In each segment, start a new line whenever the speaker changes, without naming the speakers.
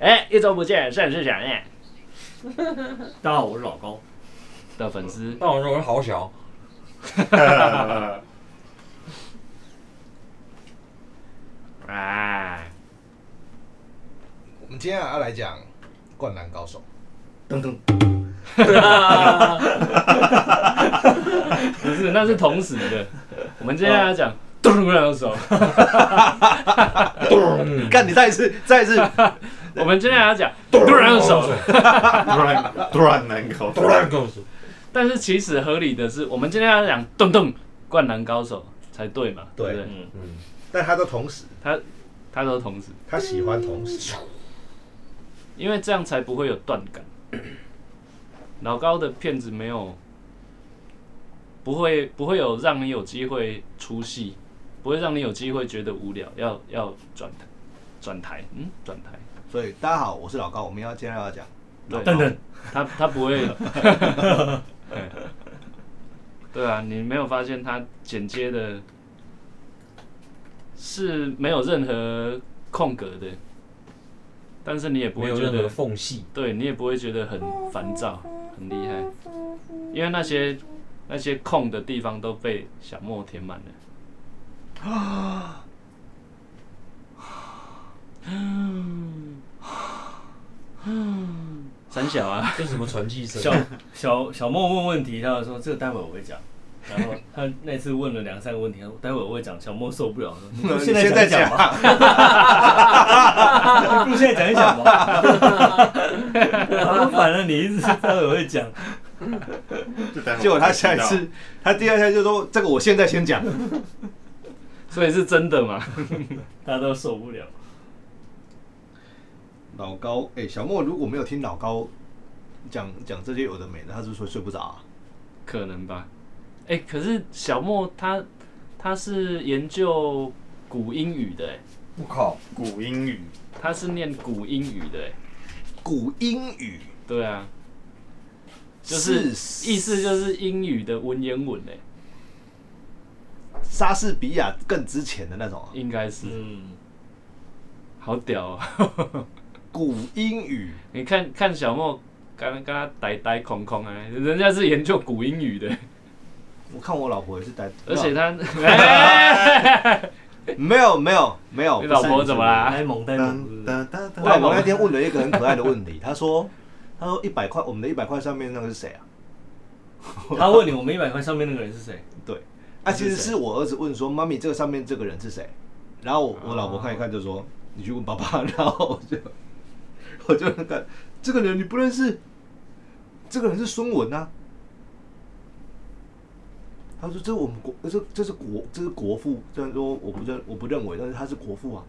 哎，一周不见，甚是想念。
大家好，我是老高。
的粉丝，
那我说我是 好小，
哎，
我们今天要来讲《灌篮高手
噔噔，
不是，那是同时 的。我们接下来讲，咚咚两手。
干你再一次，再一次，
我们接下来要讲，咚咚两手。
突然突然难搞，
突然告诉
但是其实合理的是，我们今天要讲，咚咚灌篮高手才对嘛？对不
对
对？》，
但他都同时，
他他都同时，
他喜欢同时。
因为这样才不会有断 感。老高的片子没有，不会不会有让你有机会出戏，不会让你有机会觉得无聊，要要转台转台，嗯，转台，
所以大家好，我是老高，我们要今天要讲，
对，
等等，
他他不会，对 对啊，你没有发现他剪接的是没有任何空格的，但是你也不
没
会
有
觉
任何
得
缝隙，
对你也不会觉得很烦躁，很厉害，因为那些那些空的地方都被小莫填满了。三小啊，
这是什么传奇声
小？小小莫问问题，他就说这个待会我会讲。然后他那次问了两三个问题，他说待会我会讲。小莫受不了， 说现在讲一讲吧，你不如现在讲一讲吧。然后反正你一直待会我会讲，
结果他下一次，他第二天就说这个我现在先讲，
所以是真的嘛？
大家都受不了。
老高，哎、小莫如果没有听老高讲讲这些有的没的，他是不是会睡不着、啊？
可能吧。哎、可是小莫他他是研究古英语的、欸，
不靠，
古英语，
他是念古英语的、欸，
古英语
对啊，就是意思就是英语的文言文哎、
莎士比亚更值钱的那种、啊，
应该是，
嗯，
好屌啊！
古英语
你看看小莫，刚刚他呆呆空空啊，人家是研究古英语的，
我看我老婆也是呆，
而且 他，哎
没有没有没有，
你
不
老
是
婆嗯怎么啦？
呆萌呆萌是不是，
我老婆那天问了一个很可爱的问题，她说：“她说一百块，我们的一百块上面那个是谁啊
他问你我们一百块上面那个人是谁？？”
对，啊，其实是我儿子问说：“妈咪，这个上面这个人是谁？”然后我我老婆看一看就说：“你去问爸爸。” 然后我就我就看这个人你不认识，这个人是孙文啊。他说：“这是我们国，这这是国，这是国父。”虽然说我不认我不认为，但是他是国父啊。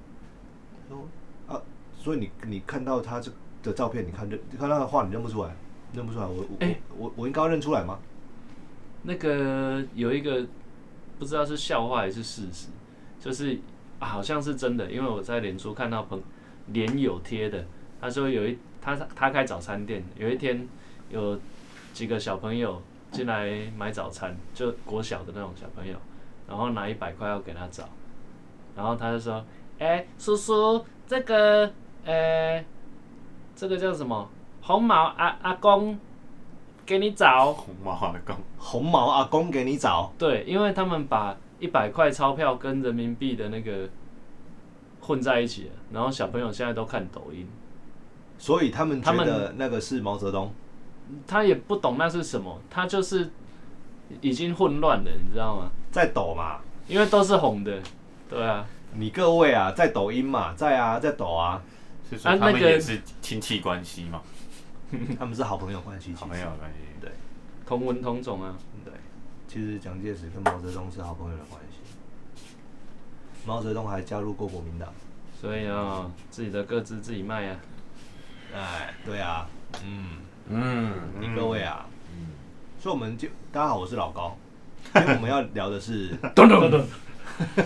他说啊，所以你你看到他这的照片，你看认你看到他的画，你认不出来，认不出来。我我、
哎
我我应该要认出来吗？
那个有一个不知道是笑话还是事实，就是、啊、好像是真的，因为我在脸书看到朋脸友贴的，他说有一他他开早餐店，有一天有几个小朋友进来买早餐，就国小的那种小朋友，然后拿一百块要给他找，然后他就说：“哎、叔叔，这个呃、这个叫什么 红毛阿阿公给你找。”
红毛阿公，
红毛阿公给你找，
对，因为他们把一百块钞票跟人民币的那个混在一起了，然后小朋友现在都看抖音，
所以他们觉
他们
得那个是毛泽东。
他也不懂那是什么，他就是已经混乱了，你知道吗？
在抖嘛，
因为都是红的，对啊，
你各位啊，在抖音嘛，在啊，在抖啊，
是说他们也是亲戚关系嘛？
他们是好朋友关系，其实
好朋友的关系，对，
同文同种啊，
对，其实蒋介石跟毛泽东是好朋友的关系，毛泽东还加入过国民党，
所以啊、自己的各自自己卖 啊。
哎，对啊，嗯，
嗯，
你各位啊，
嗯
所以我们就大家好，我是老 高，今天我们要聊的是
咚咚咚，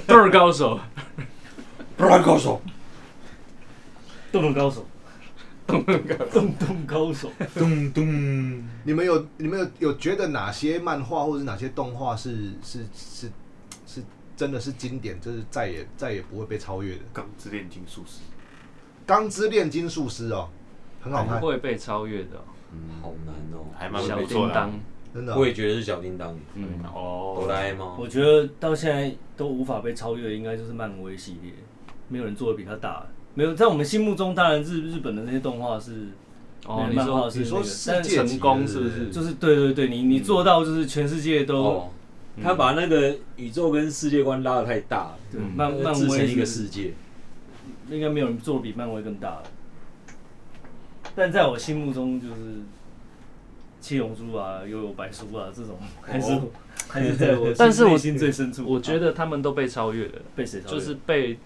都是高手，
不然告诉我，
动动高手，动动高手，
咚咚，
你们有你们有有觉得哪些漫画或是哪些动画是是是是真的是经典，就是再也再也不会被超越的？
钢之炼金术师，
钢之炼金术师》哦，很好看，
哎会被超越的哦、
好难哦，
还蛮
小
不
叮
错的啊
当。。
真的。哦
我也觉得是小叮当，
嗯，
哆
哦，
啦 A 梦
我觉得到现在都无法被超越，应该就是漫威系列，没有人做的比他大了。没有，在我们心目中，当然日日本的那些动画是，
哦，
那
你
漫画
说
是
你说
那个，
世
但
界
成功是不是？
就是对对对，你你做到就是全世界都
哦，他把那个宇宙跟世界观拉的太大了，
对漫漫
制成
威
嗯一个
是
世界。
应该没有人做的比漫威更大了。但在我心目中，就是七龙珠啊、幽游白书啊这种，还是、还是在我
但是我
内心最深处，
我觉
得
得他们都被超越了，
被谁超越
就是被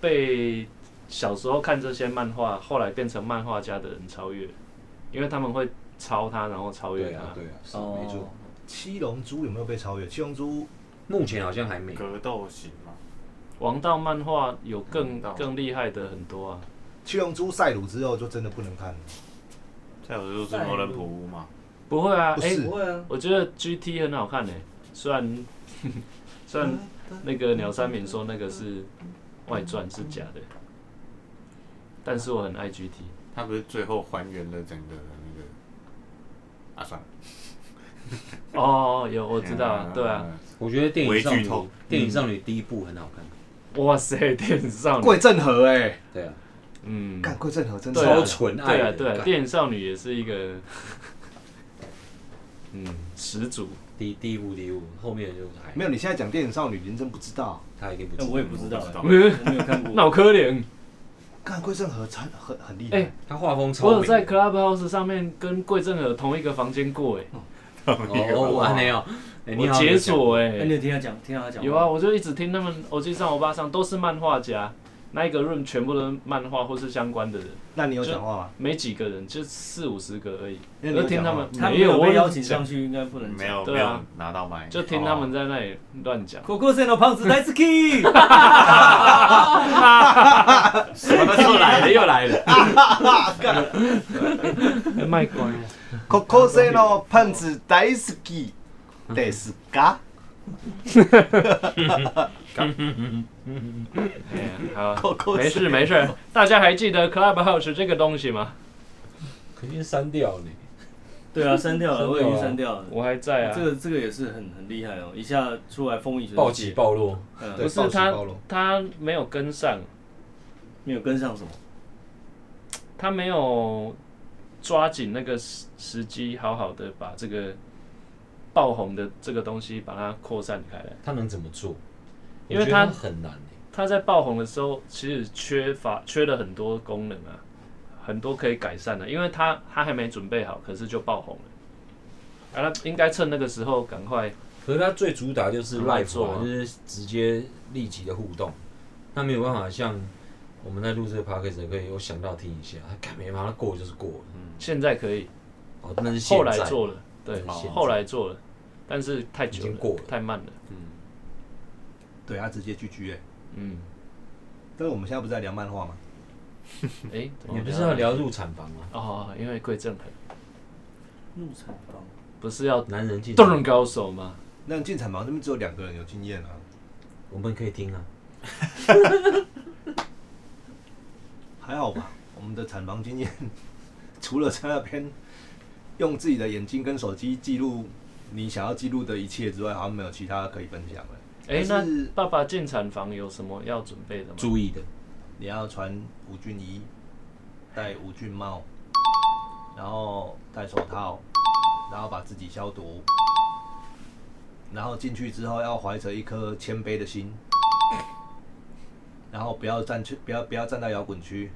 被小时候看这些漫画，后来变成漫画家的人超越，因为他们会抄他，然后超
对
越
啊，
他。
对啊，是
哦
没错。
七龙珠有没有被超越？七龙珠
目前好像还没。
格斗型嘛，
王道漫画有更
王道
更厉害的很多啊，
七龙珠赛鲁之后就真的不能看了。
再有就是摩人普乌嘛，
不会啊，
不
哎、
是
不会啊，
我觉得 GT 很好看呢、虽 然虽然那个鸟山明说那个是外传是假的，但是我很爱 GT。
他不是最后还原了整个那个啊，算了，
哦，有我知道啊，对啊，，
我觉得电影少
微剧
女
透，
电影少女第一部很好看。
哇塞，电影少女，
桂正和哎、
对啊，
嗯，
干桂正和真的
对
超
啊
超纯爱
对啊
的
对啊，
感
电影少女也是一 个，嗯，始祖。
第第一部第一部，后面就是还
没有，你现在讲电影少女，你真不知道。
他已经不
哎
知道
我也不知道哎
我不知道
我没有看过。
脑科
嗯
怜，
看桂正和真很很厉害，
哎
他画风超
我
美。
有在 Clubhouse 上面跟桂正和同一个房间过，哎，
哦，我还没有，哎
我解，锁
那
哎
你，有听他讲，听他讲吗
有啊，，我就一直听他们，我记上我爸上都是漫画家，那一个 room 全部都是漫画或是相关的人，
那你有讲话吗？
没几个人，就四五十个而已。
那你有
就听
讲
他
话
们
他
没
没有
我
被邀请
讲
上去，应该不能
没
讲。
有没
对啊
有拿到麦，哦
就听他们在那里乱 讲。
可可森的胖子来自 K，
什么都来了，又来了，
卖乖，
Coco Zeno 胖子大好きですか？
哎 好，没事没事。大家还记得 Clubhouse 这个东西吗？
肯定删掉呢。
对啊，删掉了，我已经删掉了。
我还在啊
这。个这个也是很很厉害哦，一下出来风一全世界
暴起，暴落，
嗯
不是
暴起
他
暴露，
他没有跟上，
没有跟上什么。
他没有抓紧那个时时机，好好的把这个爆红的这个东西把它扩散开来。
他能怎么做？
因为
我觉得
他
很难呢。
他在爆红的时候，其实缺乏缺了很多功能啊，很多可以改善的，因为他他还没准备好，可是就爆红了。啊，他应该趁那个时候赶快
可是他最主打就是
很难
live
做
嘛，
啊
就是直接立即的互动，他没有办法像我们在录这个 podcast 可以有想到听一下，他啊干没办法，他过就是过了。
现在可以，
哦，那是
后
现
来
在。哦
做了，对，
现在
后来做了，但是太久
已
了，
经过了
太慢了，
对他直接拒绝。哎，
嗯，
但是我们现在不是在聊漫画吗？
哎、
哦你不是要聊入产房啊吗？
哦，因为桂正和
入产房，
不是要
男人进
动人高手吗？
那你进产房那边只有两个人有经验啊。
我们可以听啊。
还好吧，我们的产房经验， 除了在那边用自己的眼睛跟手机记录你想要记录的一切之外，好像没有其他可以分享了。
哎、
可是
那爸爸进产房有什么要准备的吗？
注意的，
你要穿无菌衣，戴无菌帽，然后戴手套，然后把自己消毒，然后进去之后要怀着一颗谦卑的心，然后不要站去，不要不要站到摇滚区。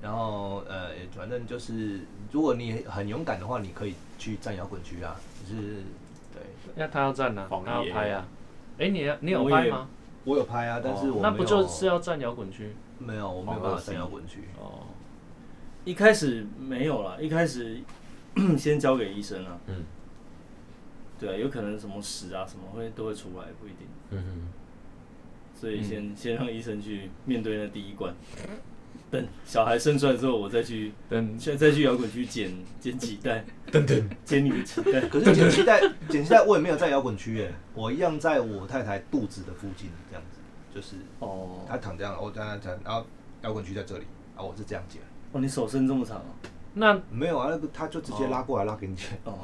然后呃，反正就是，如果你很勇敢的话，你可以去站摇滚区啊，就是对，
那他要站啊，
黄
他要
爷
拍啊。哎、你要你有
我
拍
也
吗？
我有拍啊，但是我、
那不就是要站摇滚区？
没有，我没有办法站摇滚区。
哦，
一开始没有啦，一开始 先交给医生啊。
嗯
对啊，有可能什么屎啊什么会都会出来，不一定，
嗯哼。
所以先、先让医生去面对那第一关。等小孩生出来之后，我再去，
等
再再去摇滚区捡捡脐带，等等，捡你的脐带。
可是剪脐带，剪脐带我也没有在摇滚区耶，我一样在我太太肚子的附近这样子，就是
哦，
啊她躺这样，我在那躺，然后摇滚区在这里啊，我是这样解。
哦，你手伸这么长哦。
那
没有啊，那个他就
哦
直接拉过来拉给你剪。
哦，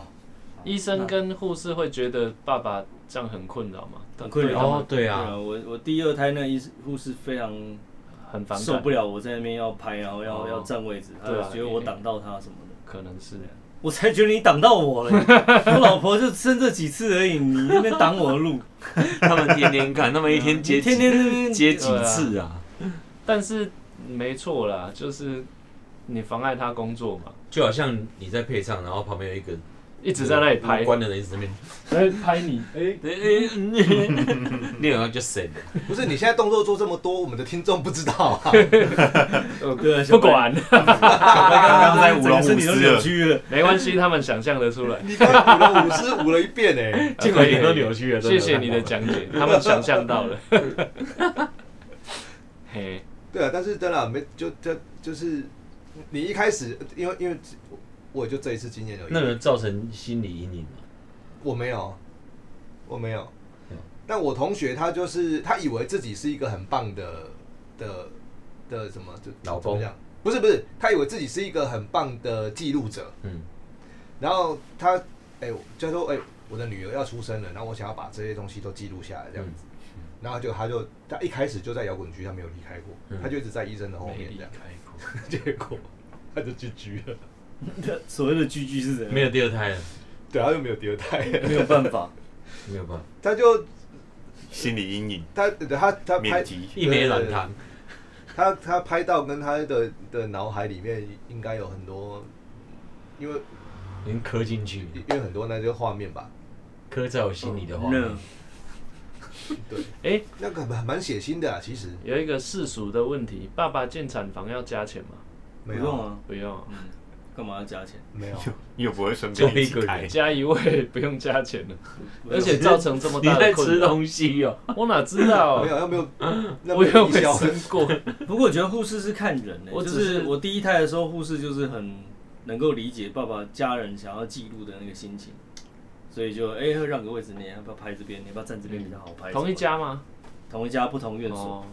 医生跟护士会觉得爸爸这样很困扰吗？
很困扰。
哦，对啊，
我我第二胎那医师护士非常
很反
受
感
不，了我在那边要拍，然后要、
哦
要占位置，他
对啊
觉得我挡到他什么的。
可能是
我才觉得你挡到我了，我老婆就生这几次而已，你那边挡我的路，
啊
他们天天看，他们一天接
你天天那边
接几次啊？
但是没错啦，就是你妨碍他工作嘛，
就好像你在配唱，然后旁边有一个
一直在那里拍，
关的人一直在那边
在拍你，哎、
哎，嗯 你好像就神，
不是你现在动作做这么多，我们的听众不知道 啊。
对啊，
不管，
他刚刚在
整
舞
个
龙
身
舞
体都
狮
扭
了，
曲了，
没关系，他们想象得出来。
你刚才舞了舞狮舞了一遍哎、
尽管脸都扭曲了。
谢谢你的讲解， 他们想象到了。 嘿，
对啊，但是真的啊没就这就是你一开始，因为因为我就这一次经验而已，
那个造成心理阴影嘛？
我没有，我没有
嗯。
但我同学他就是他以为自己是一个很棒的的的什么就
老
怎
公
么讲？不是不是，他以为自己是一个很棒的记录者，
嗯，
然后他哎、就说哎、我的女儿要出生了，然后我想要把这些东西都记录下来这样子。
嗯
然后就他就他一开始就在摇滚区，他没有离开过，
嗯
他就一直在医生的后
没
面
离
这样。
开过。
结 果他就去居了，
所谓的居居是怎样？
没有第二胎了，
对，他又没有第二胎，
没有办法，
没有办法，
他就
心理阴影，
他他他拍
免提。
一枚软糖，
他他拍到跟他的的脑海里面应该有很多，因为
已经刻进去，
因为很多那些画面吧，
刻在我心里的话，
那
对，
哎、
那个蛮蛮血腥的啊，其实
有一个世俗的问题，爸爸进产房要加钱吗？
不
没
用
有
啊，
不用，
干嘛要加钱？
没有，
又不会顺
就
便
一
一
个
起开
嗯
人，
加一位不用加钱 了，
不
而
用
且造成这么
你
大
在
的
吃
困扰。
东西哦，
我哪知道
没？有，又 没有，那
我
没
又
有
没
必要
生 过。
不过我觉得护士是看人的、
我
就
只是
是我第一胎的时候，护士就是很能够理解爸爸家人想要记录的那个心情，所以就哎、会让个位置，你要不要拍这边？你要不要站这边比较好拍？
同一，家吗？
同一家不同院所。
嗯哦，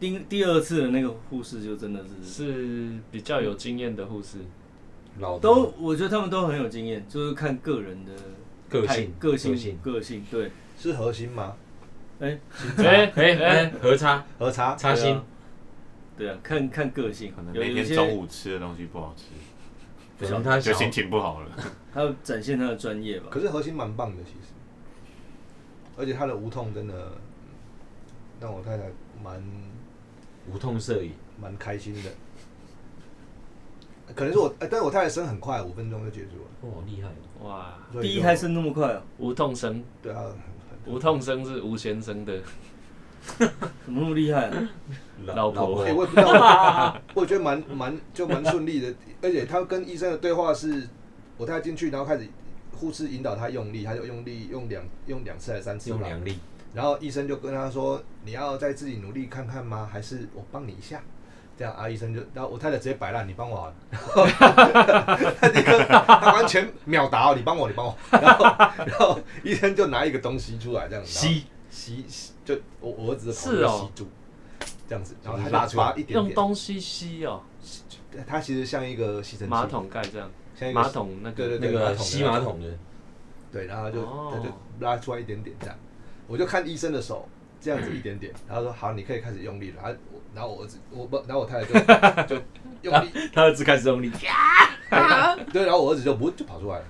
第、第二次的那个护士就真的
嗯
是
是比较有经验的护士。
老
都，我觉得他们都很有经验，就是看个人的
个
态
性
个性、
个性
个性对。
是核心吗？
哎、
嗯
哎
哎
哎
哎
哎，，
核差
核查
差
对
心
啊，对啊，看看个性
可能，
有
每
有一
天
些
中午吃的东西不好吃，
可能他
就
想
心情不好了。
他要展现他的专业吧
可。是核心蛮棒的其实，而且他的无痛真的嗯让我太太蛮
无痛摄影，
蛮开心的。可能是我，哎但是我太太生很快，五分钟就结束了。
哦，厉害哦，
哇，
所以
第一
就
胎生那么快哦、
无痛生，
对啊，
无痛生是吴先生的
怎么那么厉害、啊？
老
哦
婆。
哎、我也不知道，我觉得 蛮蛮就蛮顺利的，而且他跟医生的对话是，我带他进去，然后开始护士引导他用力，他就用力用两用两次还是三次
哎用
吧，
两力，
然后医生就跟他说，你要再自己努力看看吗？还是我帮你一下？这样啊，医生就，然后我太太直接摆烂，你帮我好 了，他立刻他完全秒答哦，你帮我，你帮我，然后 然后医生就拿一个东西出来，这样子，然后
吸
吸吸，就我我儿子的头
是
就
哦
吸住，这样子，然后
就
他
是
拉
拉
出
出来
来一点
用
点，
东西吸哦，
它其实像一个吸尘器，
马桶盖这样，
像一个
马桶那
对
个
对
那
对
个
马桶的
吸马桶的，
对，然后就
哦
它就拉出来一点点这样，我就看医生的手这样子一点点，然后说好，你可以开始用力了，然后我然后我儿子我不，然后我太太就就用力，
他儿子开始用力，
对，然后我儿子就不就跑出来了，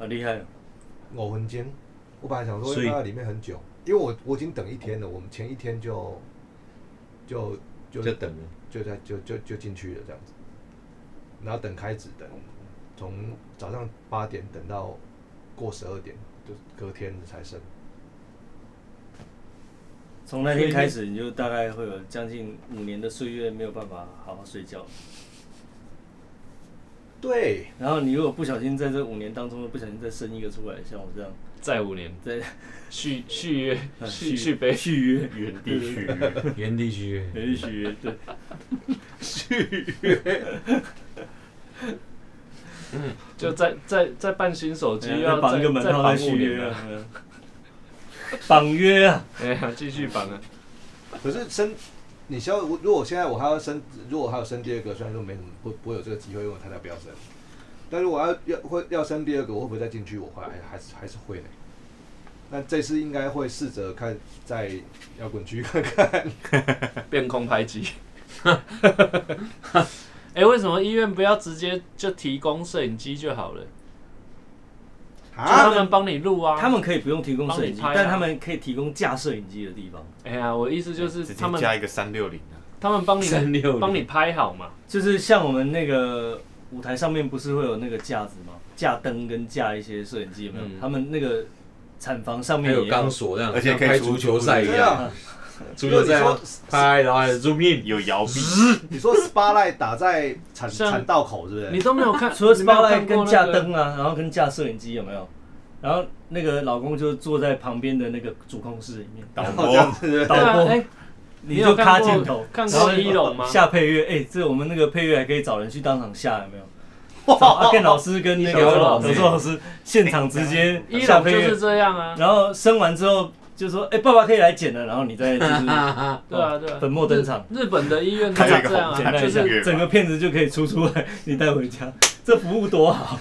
啊，厉害、哦！
我魂惊，我本来想说
所以
要放在里面很久，因为我我已经等一天了，我们前一天就就就
就等了。
就在就就就进去了这样子，然后等开始等，从早上八点等到过十二点，就隔天才生。
从那天开始，你就大概会有将近五年的岁月没有办法好好睡觉。
对，
然后你如果不小心在这五年当中，不小心再生一个出来，像我这样，
再五年
再
续续约
呃
续续杯，
续约，
原地去约，
原地区
还是续约？对，
就再再再办新手机，又
要
要
绑
再
一个门
再
号哎再
绑
续
五年
约啊
了，，
嗯绑约啊！
哎呀，继续绑啊，
可是生你消我如果现在我还要生，如果还有生第二个，虽然说没什么不不会有这个机会，因为我太太不要生。但是我要要会要生第二个，我会不会再进去？我还还是还是会呢。那这次应该会试着看在摇滚区看看，
变空拍机。哎、为什么医院不要直接就提供摄影机就好了？就他们帮你录啊。
他们可以不用提供摄影机，
帮你拍啊
但他们可以提供架摄影机的地方，
哎呀，我意思就是
直接
他们
加一个三六零啊，
他们帮你
360
帮你拍好嘛。
就是像我们那个舞台上面不是会有那个架子吗？架灯跟架一些摄影机有没有？
嗯
他们那个产房上
还
面
有
也要
钢索这样，
而且可以
像拍
出
足球赛 一
对
样，
啊，
足球赛
如果
要拍，然后 还有 zoom in，
有摇臂，
你说 spotlight 打在产
像
产道口是不
你
是？
都没有看，
除了
你没有看过
spotlight 跟
那
架
个
灯啊，然后跟架摄影机有没有？然后那个老公就坐在旁边的那个主控室里面，
导
这样
播
子是不
对
是
导
啊，
播
哎、
你
你
就
有
卡
看过
镜头，
看
然后
过一龙吗？
下配乐，哎、这我们那个配乐还可以找人去当场下，有 没有？找阿健老师跟那个
小周
老
老师
周老师现场直接
一
下
龙
配
就
乐
是，这样啊。
然后生完之后就说：“哎、爸爸可以来剪了。”然后你再 就是
对啊，对啊，
粉墨登场
日。日本的医院都
还
是
有一个
这样
红
啊，
毯
就
下
是
月
整个片子就可以出出来，你带回家，这服务多好！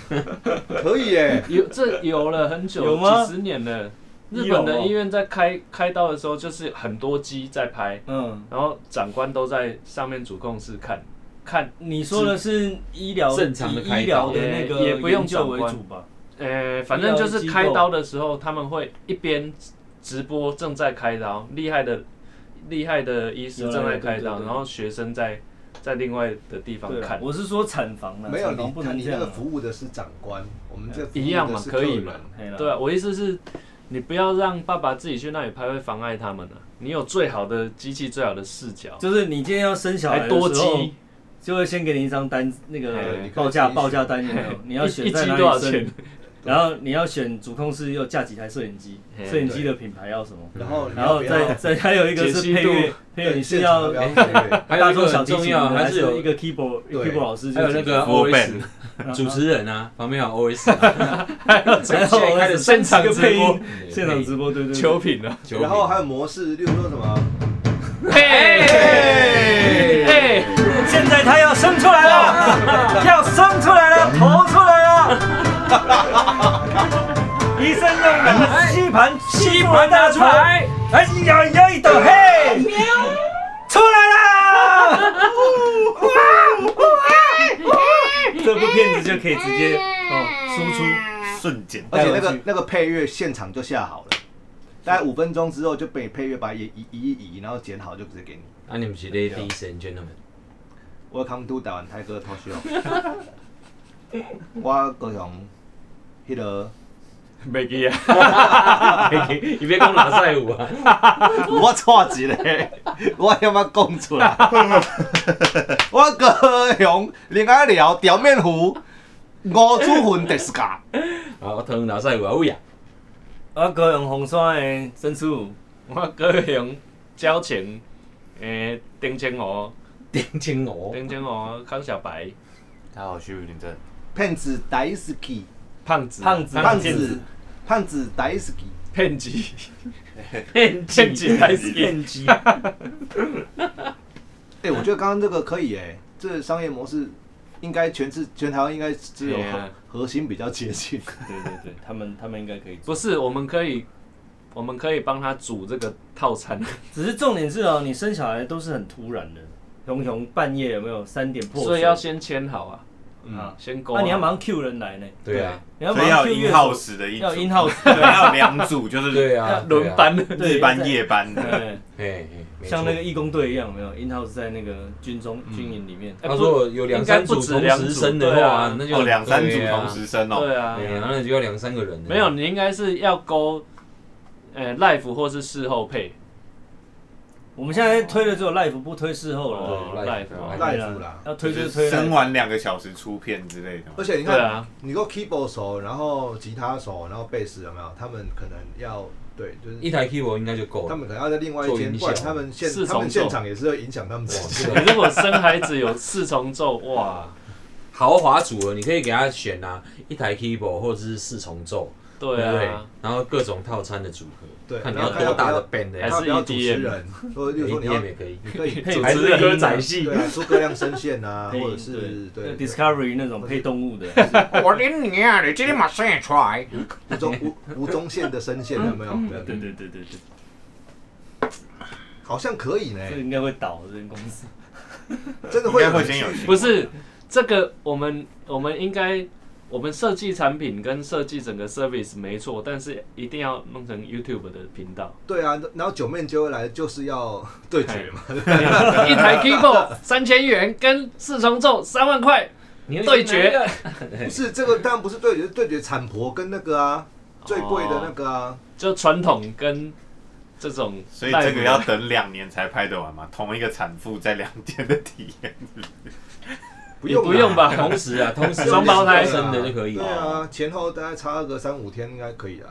可以耶，
有这有了很久，
有吗
几十年了。日
一楼哦
本的医院在开开刀的时候，就是很多机在拍，
嗯，
然后长官都在上面主控室看看，
你说的是医疗
正常的
以
开
医疗
刀
的那个
也也不用
研究
长
为
官
主吧？
呃，反正就是开刀的时候，他们会一边直播正在开刀，厉害的厉害的医师正在开
有啦有对
刀，
对对
然后学生在在另外的地方
对啊
看，，
我是说产房啊，
没有
产
你
房不能
你
这
那
样
个
啊。
服务的是长官，我们这服务的
一样嘛
是
可以
客
嘛
人
嘿啦
对啊，我意思是，你不要让爸爸自己去那里拍，会妨碍他们啊。你有最好的机器，最好的视角，
就是你今天要生小孩
还
的
多
时候
机，，
就会先给你一张单，那
哎
个
你可以
报价
自己选
报价单有 没有？你要
一
选
一
在
机
哪
多少
里生
钱？？
然后你要选主控室要架几台摄影机，
嘿啊
摄影机的品牌要什么？
然后你
然
要
后
不要
再再还有一个是
解析
配乐
度，
配乐你是
现场
要
不要 配乐
还有
大
一个
众小
很
提
重
琴
要，
的，还
还
是
是
有
有
一个 keyboard
对
keyboard 老师就
还有那个
Full band
OS 主持人啊，旁边有 OS，啊
还有
现在开始
现
三
场
十个
直
配音
播
现场直播，对对
球
对。
品啊！
球迷
然后还有模式，例如说什么，
嘿，
哎
嘿，
现在他要生出来了，要生出来了，头出来了。医生用两个吸盘吸
吸盘拿出，来，
哎呀呀一抖嘿，出来啦！这部片子就可以直接哦输出，
瞬间
而且那
带回
个
去
那个配乐现场就下好了，大概五分钟之后就被配乐把它移移移移，然后剪好就直接给你。
啊，你们是 ladies and gentlemen，
Welcome to 台湾泰哥脱 秀。我高雄迄个，
没给啊！
你别讲哪赛舞啊，
我错一个，我他妈讲出 来。我高雄另外聊表面糊五主粉迪斯卡，
啊，我疼哪赛舞啊，喂呀，
我高用红山的珍珠，
我高雄交情，诶，丁青湖，
丁青鹅，
丁青湖，康小白，
他好虚有点真，
骗子 d i s k y
胖子，
胖子
胖子胖子 d i s k y
骗子，
骗
骗子还是
骗机，
哎，我觉得刚刚这个可以哎、这个商业模式应该全是全台湾应该只有
对
核
啊
核心比较接近。
对对对，他们他们应该可以做。
不是，我们可以，我们可以帮他煮这个套餐。
只是重点是哦，你生小孩都是很突然的，熊熊半夜有没有三点破水？
所以要先签好啊，
啊，
先勾好。
那你要马上 Q 人来呢，
对啊，
你要
所
马
以
上
要
Q
有
乐
in
手
house 的一组
要 in house，
对，要有两组就是
对啊，
轮班，
日班夜班的，
对，
哎，嘿
像那个
没错
义工队一样，有没有 in house 在那个军中军营里面，
哎
他说有两三组
应该不止
同
两组
时生的
对
话
啊，
那就
哦，两三组
对啊
同时生哦，
对啊，
对啊，那就要两三个人了。
没有，你应该是要勾，呃，life 或是事后配。
我们现在推的只有 life，不推事后了。
哦
对啊
life，
life，
哦
赖服啦，
要
就
推就是推
生
life，
完两个小时出片之类的嘛，
而且你
对
看，
啊，
你说 keyboard 手，然后吉他手，然后贝斯有没有？他们可能要对，就是
一台 keyboard 应该就够
他
了。
们可能要在另外一
做
间，
音
不然
效
他们现
四重
他们
奏
现场也是会影响他们自己。
你如果生孩子有四重奏，哇，
哦豪华组合，你可以给他选啊，一台 keyboard 或者是四重奏，
对
不对
啊，？
然后各种套餐的组合，
对
看你
然
要
后看要
多
不要
大的 band
还
他
是
不要主
EDM
持人，说例如说你要
ATM 哎也可以，
你可以
配
主
还
持
是歌仔戏
对。啊，出歌量声线啊，
配音
或者是对
对 Discovery 那种配动物的，
我连你啊，你今天马上也出来。
吴宗吴吴宗宪的声线有没有？
嗯对对对对对对，
好像可以呢，
这应该会倒这间公司。
真的
应该
会
会先有
趣
不是这个，我们我们应该我们设计产品跟设计整个 service 没错，但是一定要弄成 YouTube 的频 道，
对啊，然后九面就会来，就是要对决嘛。
一台 keyboard 三千元跟四重奏三万块，
你会
对决
拿一个
不是这个，当然不是对决，是对决产婆跟那个啊，最贵的那个啊，
就传统跟这种，
所以这个要等两年才拍得完嘛，同一个产妇在两天的体验，
不用
也
啦
不用？吧？
同时啊，同 时
双胞胎
生的就可以
对
了。
啊，前后大概差个三五天应该可以啦，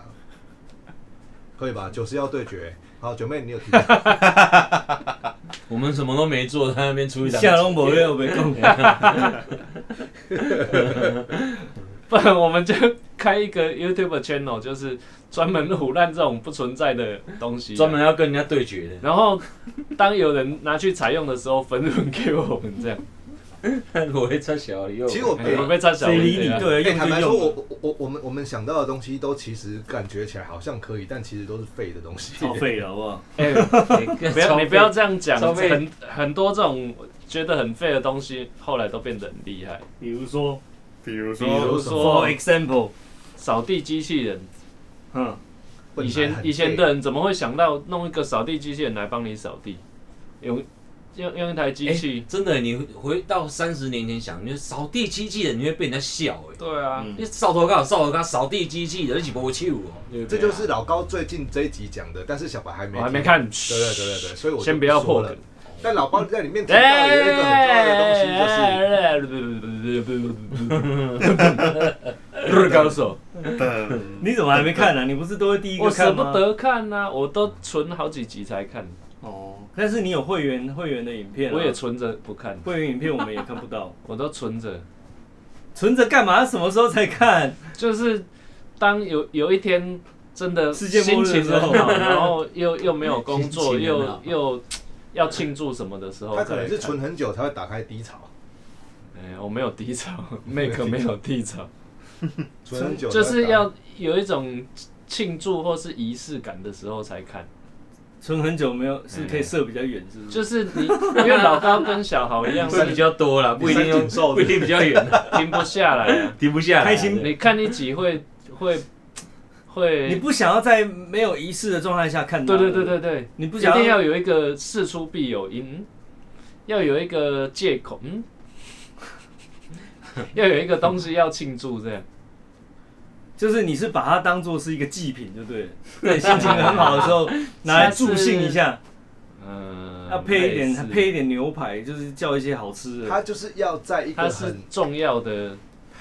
可以吧？九十要对决，好，九妹你有提到
我们什么都没做，在那边出一张
夏龙博月被控，
不然我们就开一个 YouTube channel，就是专门胡乱这种不存在的东西、啊
专门。要跟人家对决
然后，当有人拿去采用的时候，分润给我们这样。哎
的。 我会插小李又，
其实 我
我们被插小啊
谁理你？对，
哎
用
坦白
就
说，
用
我。我我我们我们想到的东西都其实感觉起来好像可以，但其实都是废的东西。
超废了，好不好？
哎、
不
不要你不要这样讲，
超费
很很多这种觉得很废的东西，后来都变得很厉害。
比如说
比如
比如
说
说
，for
哎
example，
扫地机器人，
嗯，
本
以
来
前
哎很
以前
废
的人怎么会想到弄一个扫地机器人来帮你扫地？用用用一台机
哎
器？
真的，你回到三十年前想，你就扫地机器人，你会被人家笑哎、
对啊，
嗯
你扫头膏，扫头膏，扫地机器人一起搏球哦。对不
这
对
就是老高最近这一集讲的，但是小白还没，
我还没。看。
对对对对对，所以我就
先不要
说
破
了
梗。。
但老高在里面提到有一个很重要的东西，就是
就是高手，
你怎么还没 看呢？你不是都会第一
我
个
舍
看
不
吗？
得看呐、我都存好几集才看，
哦，但是你有会员会员的影片啊，
我也存着不看，
会员影片，我们也看不到，
我都存着。
存着干嘛？什么时候才看？
就是当有有一天真的
世界末
心
日的
情
时候
很好，然后又又没有工作，
心情很
又
好
又要庆祝什么的时候，
他可能是
存
存。很久才会打开低潮，
哎，我没有低潮，make 没有低潮，
存很久才
就
会
是
打
要有一种庆祝或是仪式感的时候才看。
存很久没有，是可以射比较远，是不是？
哎就是你，因为老高跟小豪 一样，
会比
是
较多啦，不一定
你三井寿
用，
的
不一定比较远，啊
停不下来啊。
停不下来。
开心
你看一集会会
你
会，
不想要在没有仪式的状态下看到，
对对对，对对，
你不
一
想
定要有一个事出必有因，嗯要有一个借口， 嗯，要有一个东西要庆祝，这样
就是你是把它当做是一个祭品，就 对了。对，心情很好的时候拿来助兴一下，
嗯，
要配一点
类似
配一点牛排，就是叫一些好吃的。
他就是要在一
它
个
是
很
重要的，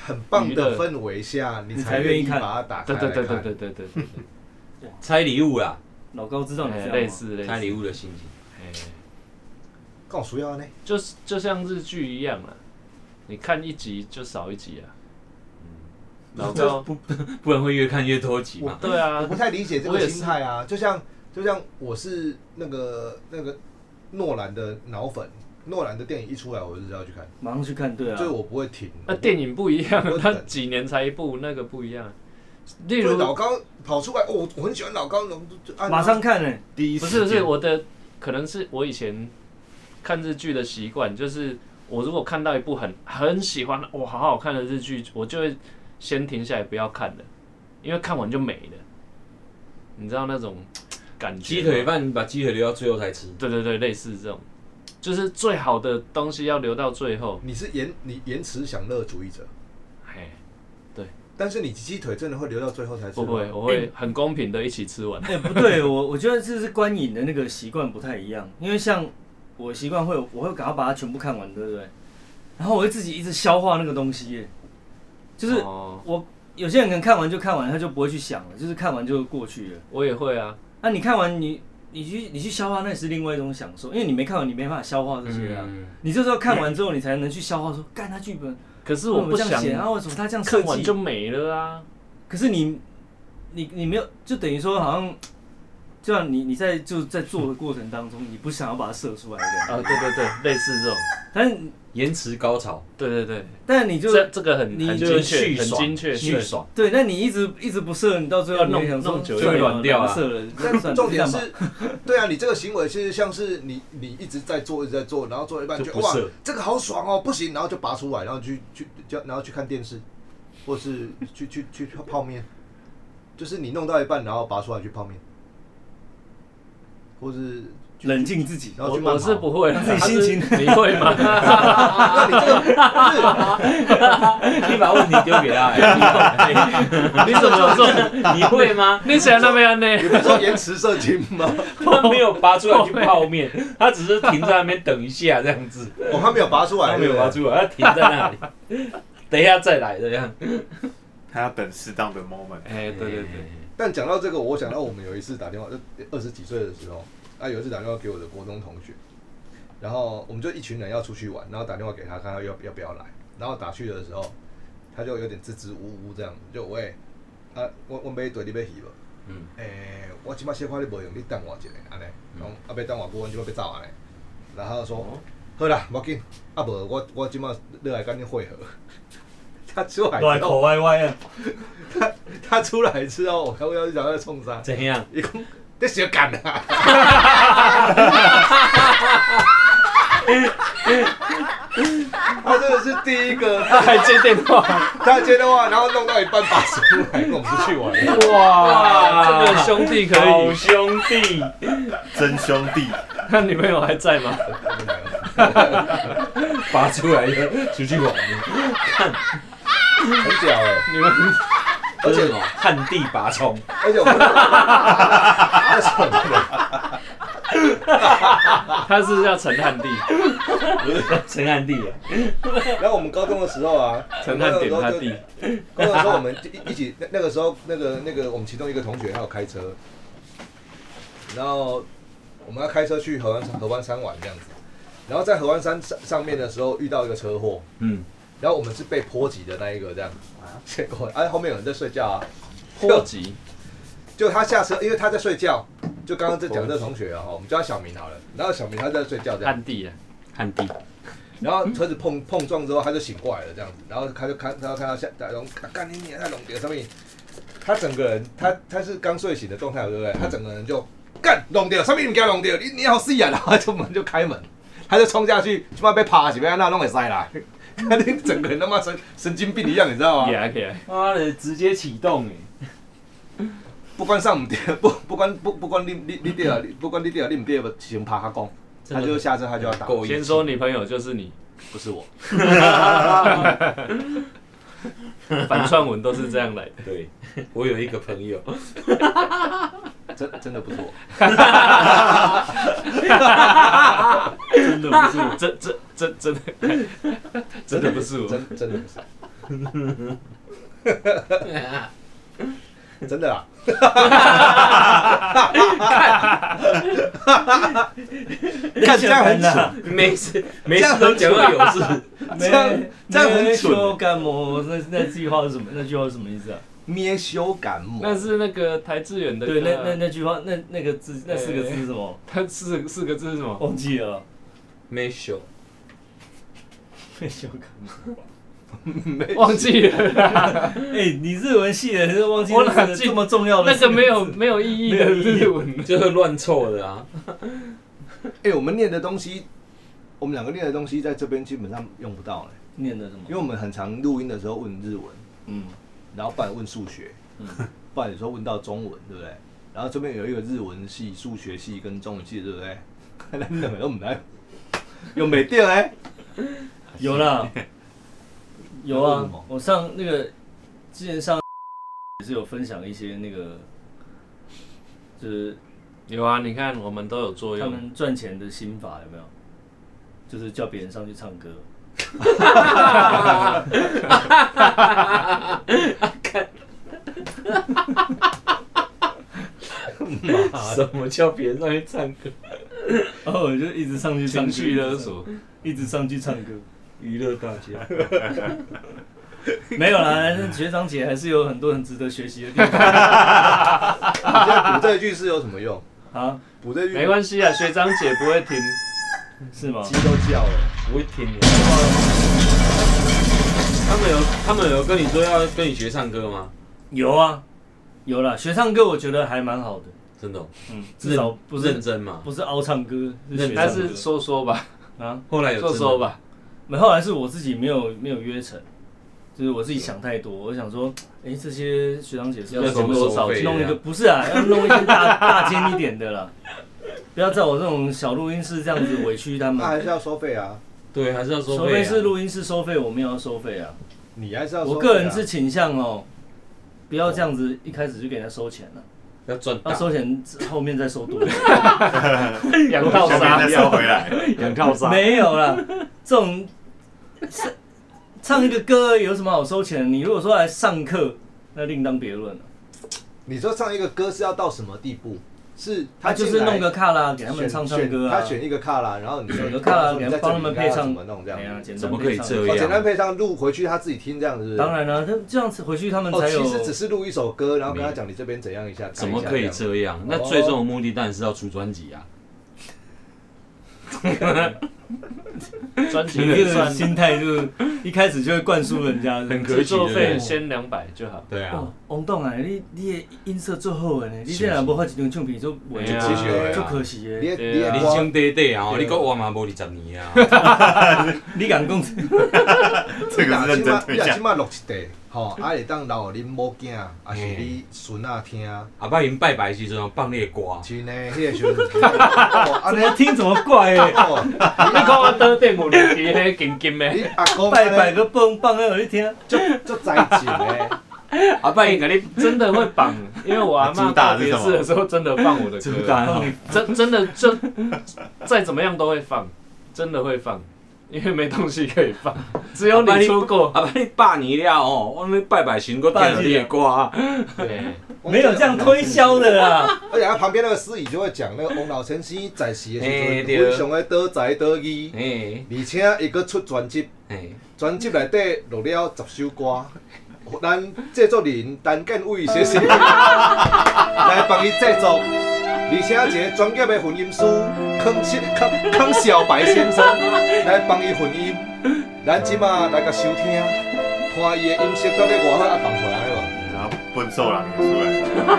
很棒
娱乐
的氛围下，你
你
才
才
愿
愿
意
意
把
看
它打
对
开来
对
看。
对对对对对 对
拆礼物啦，
老高知道你
对，
这样
哎类
吗？
似类
拆礼
似，
物的心情。
哎
跟我说要呢，
就是就像日剧一样啊，你看一集就少一集啊，老高，
不然会越看越多集嘛。
对
我
啊
不，太理解这
我
个
也是
心态啊。就像就像我是那个那个诺兰的脑粉，诺兰的电影一出来我就是要去看，
马上去看，对啊
所以。我不会停。
那电影不一样
我，
它
等
几年才一部，那个不一样。啊例
所以
如，
老高跑出来，哦我我很啊喜欢老高，龙
马上看呢、
第一
不是
时
不是
间
我的，可能是我以前看日剧的习惯，就是我如果看到一部很很喜欢哇好好看的日剧，我就会先停下来不要看了，因为看完就没了，你知道那种感觉吗
鸡腿饭把鸡腿留到最后才吃，
对对对，类似这种，就是最好的东西要留到最后。
你是延你延迟享乐主义者，
哎，
但是你鸡腿真的会留到最后才吃
不
吗。
会，我会很公平的一起吃完。
哎、不 对，我我觉得这是观影的那个习惯不太一样，因为像我习惯会，我会赶快把它全部看完，对不对？然后我会自己一直消化那个东西耶、就是
哦，
我有些人可能看完就看完，他就不会去想了，就是看完就过去了。
我也会啊，
那、你看完你你去你去消化，那是另外一种享受，因为你没看完，你没办法消化这些啊。
嗯
你就是要看完之后，你才能去消化说，干他剧本，
可是
为
我
什
不
么这样
想
写啊，为什么他这样设
看完
计？
就没了啊。
可是你你你没有，就等于说好像，就像你你在就在做的过程当中，你不想要把它射出来的
啊，
感觉，
对对对，类似这种，
但是
延迟高潮，
对对对，
但你就
这这个很
你
很
就
精
续
确，很
爽
精确，
续
对
爽，
对，那你一直一直不射，你到最后
要弄
你想说
弄久
就会软掉啊
不射了， 算
但
了
重点
干嘛
是，对啊，你这个行为其实像是你你一直在做，一直在做，然后做到一半
就
就
不
哇
射，
这个好爽哦，不行，然后就拔出来，然后去去就然后去看电视，或是去去去去泡面，就是你弄到一半，然后拔出来去泡面，或是
冷静自己，
然后
我
去慢
我是
跑
不会啦，
自己心
啊
他是
情
你会吗？
那你这个
你 把问题丢给他、哎
你怎么有这种？
你 会吗？
你想那边呢？
你不是说延迟射精吗？
他没有拔出来去泡面，他只是停在那边等一下这 样子，
哦，他没有拔出
啊
来，
他没有拔出来，他停在那里， 等一下再来这样。
他要等适当的 moment。啊
哎，对对对，
但讲到这个，我想到我们有一次打电话，就二十几岁的时候，啊，有一次打电话给我的国中同学，然后我们就一群人要出去玩，然后打电话给他，看他要要不要来。然后打去的时候，他就有点支支吾吾这样，就喂，啊，我我买对你要去无？
嗯，
诶、我即摆小可你无用，你等我一下，安尼，讲啊，要等偌久，阮即摆要走安尼。然后他说，好啦，无要紧，啊无我我即摆你来跟你会合。 他出来
乱
之
口
后，
歪歪啊，
他他出来之后，我还不知道是想要冲啥。
怎样？
伊讲这小干啊，他真的是第一个，
他还接电话，
他接电话，然后弄到一半拔出来，跟我们出去 玩。
哇，这个兄弟可
好
以，
兄弟，
真兄弟，
那女朋友还在吗？
拔出来又出去玩，
很屌哎、
你们
而且
旱地拔 葱，
而且 我们，而且我们
他是叫陈汉地，
成旱地啊了。
然后我们高中的时候啊，
陈汉典他
弟。
弟，
高中的时候我们一一起，那那个时候那个那个我们其中一个同学他有开车，然后我们要开车去河湾河湾山玩这样子，然后在河湾山上上面的时候遇到一个车祸，
嗯，
然后我们是被波及的那一个这样，结果哎、后面有人在睡觉啊，
波及，
就他下车，因为他在睡觉，就刚刚在讲这个同学啊，哈我们叫他小明好了，然后小明他在睡觉这样，
汉地啊，
旱地，
然后车子碰碰撞之后，他就醒过来了，这样子，然后他就看，然后看到下在龙，啊干你你在龙蝶上面，他整个人，他他是刚睡醒的状态，对不对？他整个人就干龙蝶，上面你给他龙蝶，你你好死啊！然后他就门就开门，他就冲下去，他妈被趴起，被那弄给塞啦，他那整个人他妈神神经病一样，你知道吗
起？来起来，
妈的，直接启动哎！
不管上唔对，不不管不不管你你你对啊，你不管你对啊，你唔对啊，先趴他讲，他就下车他就要打，
够
先说女朋友就是你，
不是我，
反串文都是这样来的，
对，我有一个朋 友，
真真的不是我。
真的不是我，真真真真的，真的不是我，
真真的不 是，真的啦， 看这样很蠢，
每次每次都讲到有事，
没
这样这样很蠢
没有干嘛？那那句话是什么？那句话是什么意思啊？
咩修感冒，
那是那个台志远的歌啊，
对，那那那句话，那那个字，那四个字是什么？
他四四个字是什么？
忘 记了，
没哦修，
被修改。
忘记了啦，
哎，你日文系的，是忘记
我
这
哪
个
记
这么重要的
那
四
个
字
没有没有意义的日文，
就是乱凑的啊。
哎，我们念的东西，我们两个念的东西在这边基本上用不到了，
念的什
因为
么？
我们很常录音的时候问日文，
嗯，
然后不然问数学， 不然有时候问到中文，对不对？然后这边有一个日文系、数学系跟中文系，对不对？ 那两个都唔来，又没电哎，
有啦， 有
那为
啊
什么。
我上那个之前上 也是有分享一些那个，就是
有啊，你看我们都有作
他
用，
们赚钱的心法有没有？就是叫别人上去唱歌。
什么叫别人上去唱歌？
然后我哦就一直上去唱
情
歌，
绪勒索，
一直上去唱歌。
娱乐大家，
没有啦，但是学长姐还是有很多很值得学习的地方
你现在补这一句是有什么用？
啊，
补这一句
没关系啊，学长姐不会停，
是吗？
鸡都叫了，
不会听的。他们有他们有跟你说要跟你学唱歌吗？
有啊，有啦，学唱歌我觉得还蛮好的，
真的哦、
嗯，至少不是
认真嘛。
不是凹唱歌，是学
但
唱
是
歌
说说吧，
啊。
后来有
说
真的
说，吧，
没，后来是我自己没有没有约成，就是我自己想太多，我想说，哎，这些学长姐是
要
要
从多少
收费
钱
弄一个不是啊，要弄一些大大间一点的啦，不要在我这种小录音室这样子委屈他
那还
们。
是要收费啊。
对，还是要收费、
除
啊。
非是录音室收费，我们也要收费啊。
你还是要收费啊、
我个人是倾向哦，不要这样子一开始就给人家收钱了，
要赚
要
大，
收钱后面再收多一点。
两套
下面
沙
再，收回来，
两套杀，
没有啦，这种是唱一个歌有什么好收钱的？你如果说来上课，那另当别论了。
你说唱一个歌是要到什么地步？是
他啊就
进
是
来
弄个卡拉给他们
选
唱唱歌
选
啊
他，选一个卡拉，然后你说
选个卡拉
你
给
在
他们帮他
这里
们
应该
配
要
唱
怎么弄这
哎呀
样？
简单
怎么可以
配唱
这
哦，
样
简单配唱录回去他自己听这样子。
当然了、他这样子回去他们
哦，
才有。
其实只是录一首歌，然后跟他讲你这边怎样一下，
怎么可以
样？
这样？哦那最终的目的当然是要出专辑啊。
专辑
你这
预
个
算
心态就是一开始就会灌输人家的。
很可
制
取
作
对不
费
对
先两百就好，
对啊
哦，，王栋啊，你你的音色最好的呢，你
是
这若无发一张唱片就
哎
袂
呀
就
继续的
就
啊。
可惜
你
的。
也
对啊
你也
你
光
兄弟弟啊，你讲我嘛无二十年啊，
你敢 讲？
这
啊
个是 认真
你
推
若
荐
即。马录一块，吼，啊会当留恁某囝，啊是你孙仔听，
阿爸因拜拜的时阵放你的歌，
真诶，迄个时阵，哦安
怎
尼
么听怎么怪诶？
哦，
你看我桌顶有两支迄金金的，
你阿公
拜拜
安尼
个蹦放咧，互你听。
足足在情诶，
阿爸因给你
真的会绑，因为我阿妈
主打
告
是
别
什么
式的时候真的放我的
出
歌，
单哦，
真真的就再怎么样都会放，真的会放，因为没东西可以放，只有你出过，
阿爸你百年了哦，我们拜拜神我听到你的歌啊，
对，
没有这样推销的 啦，
而且他哎啊旁边那个司仪就会讲那个翁老先生在世的
嘿
时
对
阵，非常的多才多艺，
哎
而且伊佫出专辑，
哎，
专辑内底录了十首歌。咱制作人陈建伟先生来帮伊制作，而且一个专业的混音师康小康康小白先生来帮伊混音。咱即马来甲收听，看伊的音色到底偌好啊放出来无？
然后笨兽狼也出来，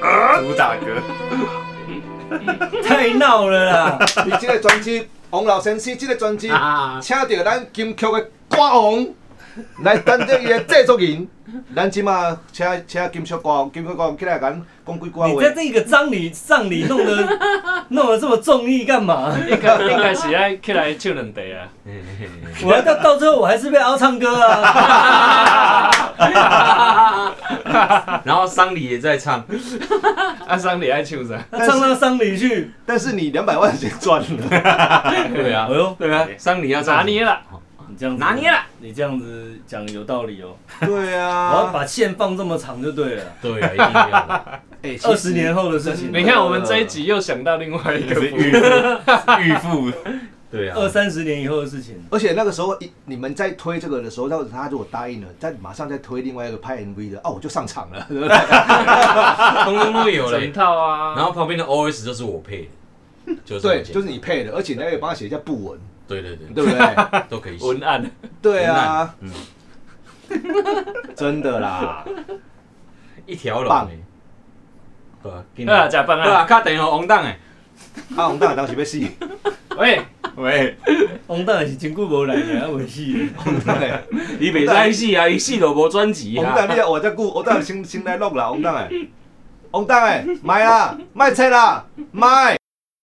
哎主打歌，
太闹了啦！
伊即个专辑，王老先生即个专辑，
啊，
请到咱金曲的歌王来担任伊的制作人。 咱即马请请金曲歌王，金曲歌王起来讲讲几句话
你。在这个葬礼葬礼弄得弄得这么中意干嘛？
应该应该是要起来唱两题 啊，
嘿嘿嘿
我要到到最后我还是被凹唱歌啊！
然后丧礼也在唱，
阿桑你爱唱啥？
唱到丧礼去，
但是你两百万先赚了，
对啊
哎，呦，
对啊，丧礼要
拿
唱
捏了，
你这样子
拿捏了，
你这样子讲有道理哦。
对
我要
啊，
把线放这么长就对了，
对啊，一定要的，
哎其实
二十年后的事情，
你看我们这一集又想到另外一
也
个
是
服务
预付预付，
对啊，
二三十年以后的事情，
而且那个时候，一你们在推这个的时候，要是他如果答应了，再马上再推另外一个拍 MV 的，哦，我就上场了，对不对？
通通都有嘞
整，套啊，
然后旁边的 OS 就是我配的，就是这么
对，
简单
就是你，配的，而且你还可以帮他写一下布文，
对对对，
对不 对？
都可以写
文， 案，
对啊，
文案
真的啦，
一条龙
棒
的，对啊，
嗯
紧
啊，
来
假办
对
案，
啊，卡等于王档诶，
阿红啊大当时要死，
喂，
喂，
王大也是真久无来了，还未死的。
红大嘞，
伊袂使死啊，伊死都无专辑
红
啊
大，，你来我这久，红大先先来弄啦，红大诶，红大诶，卖啦，卖册啦，卖。